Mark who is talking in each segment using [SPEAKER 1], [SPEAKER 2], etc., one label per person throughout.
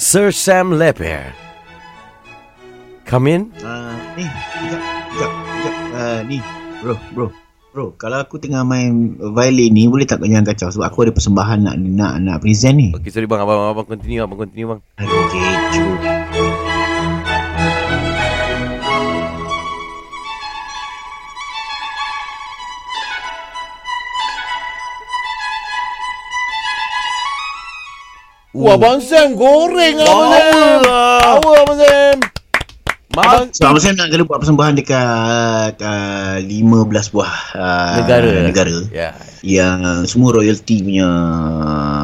[SPEAKER 1] Sir Sam Leper. Come in.
[SPEAKER 2] Uh, ni, kejap, kejap, kejap. Uh, ni, bro, bro. Bro, kalau aku tengah main violin ni, boleh tak kau jangan kacau? Sebab aku ada persembahan nak nak nak present ni.
[SPEAKER 1] Okey, sorry bang. Abang, abang continue, abang continue bang.
[SPEAKER 2] Aduh, kecoh.
[SPEAKER 3] Wah, Abang Sam goreng Abang
[SPEAKER 1] Power
[SPEAKER 3] Sam.
[SPEAKER 1] lah.
[SPEAKER 3] Power Abang Sam.
[SPEAKER 1] Abang,
[SPEAKER 2] So, Abang Sam nak kena buat persembahan dekat uh, 15 buah uh,
[SPEAKER 1] negara.
[SPEAKER 2] negara
[SPEAKER 1] Ya.
[SPEAKER 2] yang semua royalty punya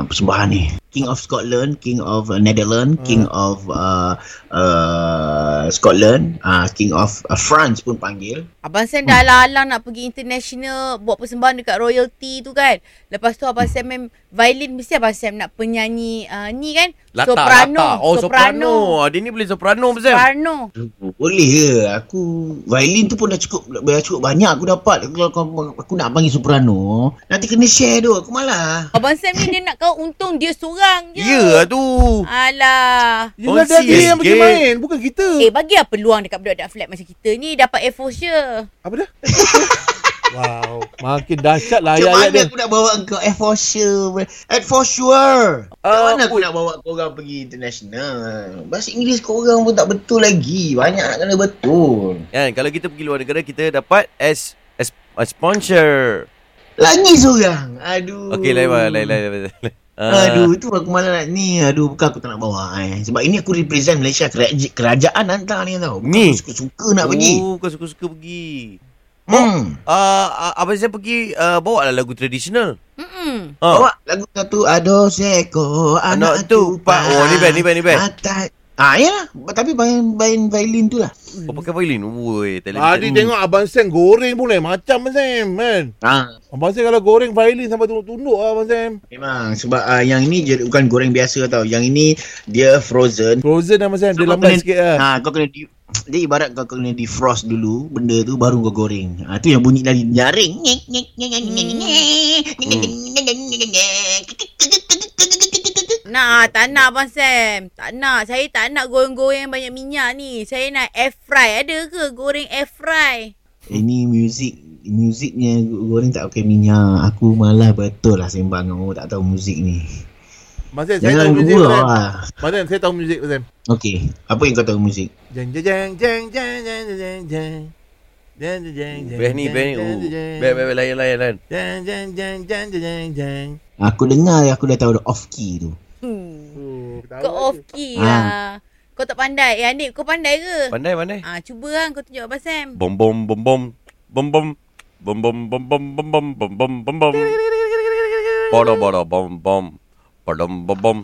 [SPEAKER 2] persembahan ni. King of Scotland, King of Netherlands, King of uh, uh, Scotland, uh, King of uh, France pun panggil.
[SPEAKER 4] Abang Sam dah alang-alang nak pergi international buat persembahan dekat royalty tu kan. Lepas tu Abang Sam main violin mesti Abang Sam nak penyanyi uh, ni kan.
[SPEAKER 1] Lata,
[SPEAKER 4] soprano.
[SPEAKER 1] Lata. Oh, soprano.
[SPEAKER 4] soprano.
[SPEAKER 1] soprano. Dia ni boleh soprano, Abang Sam.
[SPEAKER 4] Soprano.
[SPEAKER 2] Boleh ke? Aku violin tu pun dah cukup dah cukup banyak aku dapat. Kalau aku, aku nak panggil soprano, nanti kena share tu. Aku malah.
[SPEAKER 4] Abang Sam ni dia nak kau untung dia seorang je.
[SPEAKER 1] Ya lah tu.
[SPEAKER 4] Alah.
[SPEAKER 3] Yelah,
[SPEAKER 1] Kongsi
[SPEAKER 3] dah dia yang
[SPEAKER 1] sikit.
[SPEAKER 3] pergi main. Bukan kita.
[SPEAKER 4] Eh, bagi lah peluang dekat budak-budak flat macam kita ni dapat Air Force je.
[SPEAKER 3] Apa dia? wow. Makin dahsyat
[SPEAKER 1] Ah,
[SPEAKER 3] lah
[SPEAKER 2] Macam
[SPEAKER 1] ya,
[SPEAKER 3] ayat-ayat
[SPEAKER 2] mana
[SPEAKER 3] dia.
[SPEAKER 2] aku nak bawa kau? Eh for sure. Eh for sure. Macam
[SPEAKER 1] Ah,
[SPEAKER 2] mana aku nak bawa kau orang pergi international? Bahasa Inggeris kau orang pun tak betul lagi. Banyak nak kena betul.
[SPEAKER 1] Kan, kalau kita pergi luar negara, kita dapat as, as, as sponsor.
[SPEAKER 2] Lagi seorang. Aduh.
[SPEAKER 1] Okey, lain bang. Lain, lain, lain. lain. Ah,
[SPEAKER 2] Aduh, tu aku malah nak ni. Aduh, bukan aku tak nak bawa eh. Sebab ini aku represent Malaysia kerajaan, kerajaan hantar ni tau. Bukan aku
[SPEAKER 1] Ni.
[SPEAKER 2] suka-suka nak pergi.
[SPEAKER 1] Hmm. Oh, kau suka-suka pergi.
[SPEAKER 2] Hmm.
[SPEAKER 1] Uh, Abang Sam pergi uh, bawa lah lagu tradisional.
[SPEAKER 4] Mm-mm.
[SPEAKER 1] Ah.
[SPEAKER 2] Awak lagu satu Ado Seko
[SPEAKER 1] Anak
[SPEAKER 2] Anak
[SPEAKER 1] tu,
[SPEAKER 2] tu
[SPEAKER 1] Pak. Oh, ni band, ni band, ni band.
[SPEAKER 2] Atas Ah, ya lah. Tapi main, main violin tu lah.
[SPEAKER 1] Kau pakai violin? Woi, talented.
[SPEAKER 3] Tadi Lah, tengok Abang Sam goreng pun lain macam Abang Sam kan.
[SPEAKER 1] Ha.
[SPEAKER 2] Ah,
[SPEAKER 3] Abang Sam kalau goreng violin sampai tunduk-tunduk lah Abang Sam.
[SPEAKER 2] memang. Sebab ah, yang ini je, bukan goreng biasa tau. Yang ini dia frozen.
[SPEAKER 3] Frozen lah Abang Sam. Dia
[SPEAKER 2] Kau
[SPEAKER 3] lambat
[SPEAKER 2] kena-
[SPEAKER 3] sikit lah.
[SPEAKER 2] Ah, kau kena di, dia ibarat kau kena defrost dulu benda tu baru kau goreng. Ah tu yang bunyi dari nyaring.
[SPEAKER 4] Nah, tak nak Abang Sam. Tak nak. Saya tak nak goreng-goreng banyak minyak ni. Saya nak air fry. Ada ke goreng air fry?
[SPEAKER 2] Ini music Muziknya goreng tak pakai minyak Aku malah betul lah sembang dengan orang tak tahu muzik ni
[SPEAKER 3] Abang Sam, saya tahu kan.
[SPEAKER 2] Jangan
[SPEAKER 3] muzik
[SPEAKER 2] gurau
[SPEAKER 3] Abang Sam.
[SPEAKER 2] lah
[SPEAKER 3] Abang Sam, saya tahu muzik Abang Sam.
[SPEAKER 2] Okey, apa yang kau tahu muzik?
[SPEAKER 3] Jeng jeng jeng jeng jeng jeng jeng jeng. Jeng jeng jeng jeng.
[SPEAKER 1] Best ni, best ni. Oh. Best, best, best, layan, layan, layan.
[SPEAKER 3] Jeng jeng jeng jeng jeng jeng jeng.
[SPEAKER 2] Aku dengar aku dah tahu dah off key tu.
[SPEAKER 4] Hmm.
[SPEAKER 3] Oh, ketawa
[SPEAKER 4] Kau
[SPEAKER 3] je.
[SPEAKER 4] off key
[SPEAKER 2] Ah.
[SPEAKER 4] lah. Kau tak pandai. Eh, Anik, kau pandai ke?
[SPEAKER 1] Pandai, pandai.
[SPEAKER 4] Ah, cuba kan kau tunjuk Abang Sam.
[SPEAKER 1] Bom, bom, bom, bom. Bom, bom. Bom, bom, bom, bom, bom, bom, bom, bom, bom, bom. Bodo, bodo, bom, bom. Bodom, bom, bom.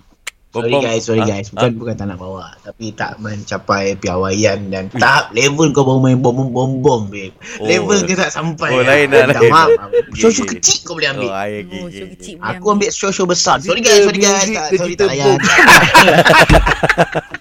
[SPEAKER 1] Bom,
[SPEAKER 2] Sorry
[SPEAKER 1] bom.
[SPEAKER 2] guys, sorry
[SPEAKER 1] Ah,
[SPEAKER 2] guys. Bukan bukan tak nak bawa, tapi tak mencapai piawaian dan tahap level kau baru main bom bom bom bom babe.
[SPEAKER 1] Oh.
[SPEAKER 2] Level kau tak sampai.
[SPEAKER 1] Oh,
[SPEAKER 2] lah.
[SPEAKER 1] lain lah,
[SPEAKER 2] Minta
[SPEAKER 1] lain.
[SPEAKER 2] Maaf.
[SPEAKER 1] Okay,
[SPEAKER 2] Show-show
[SPEAKER 1] okay.
[SPEAKER 2] kecil kau boleh
[SPEAKER 1] Oh,
[SPEAKER 2] ambil.
[SPEAKER 1] ayah, okay,
[SPEAKER 4] Oh,
[SPEAKER 1] okay,
[SPEAKER 4] so
[SPEAKER 1] okay.
[SPEAKER 4] kecil boleh
[SPEAKER 2] Aku ambil show-show besar. Sorry guys, sorry guys. Tak, sorry tak
[SPEAKER 3] Kita
[SPEAKER 2] layan.
[SPEAKER 3] music, kita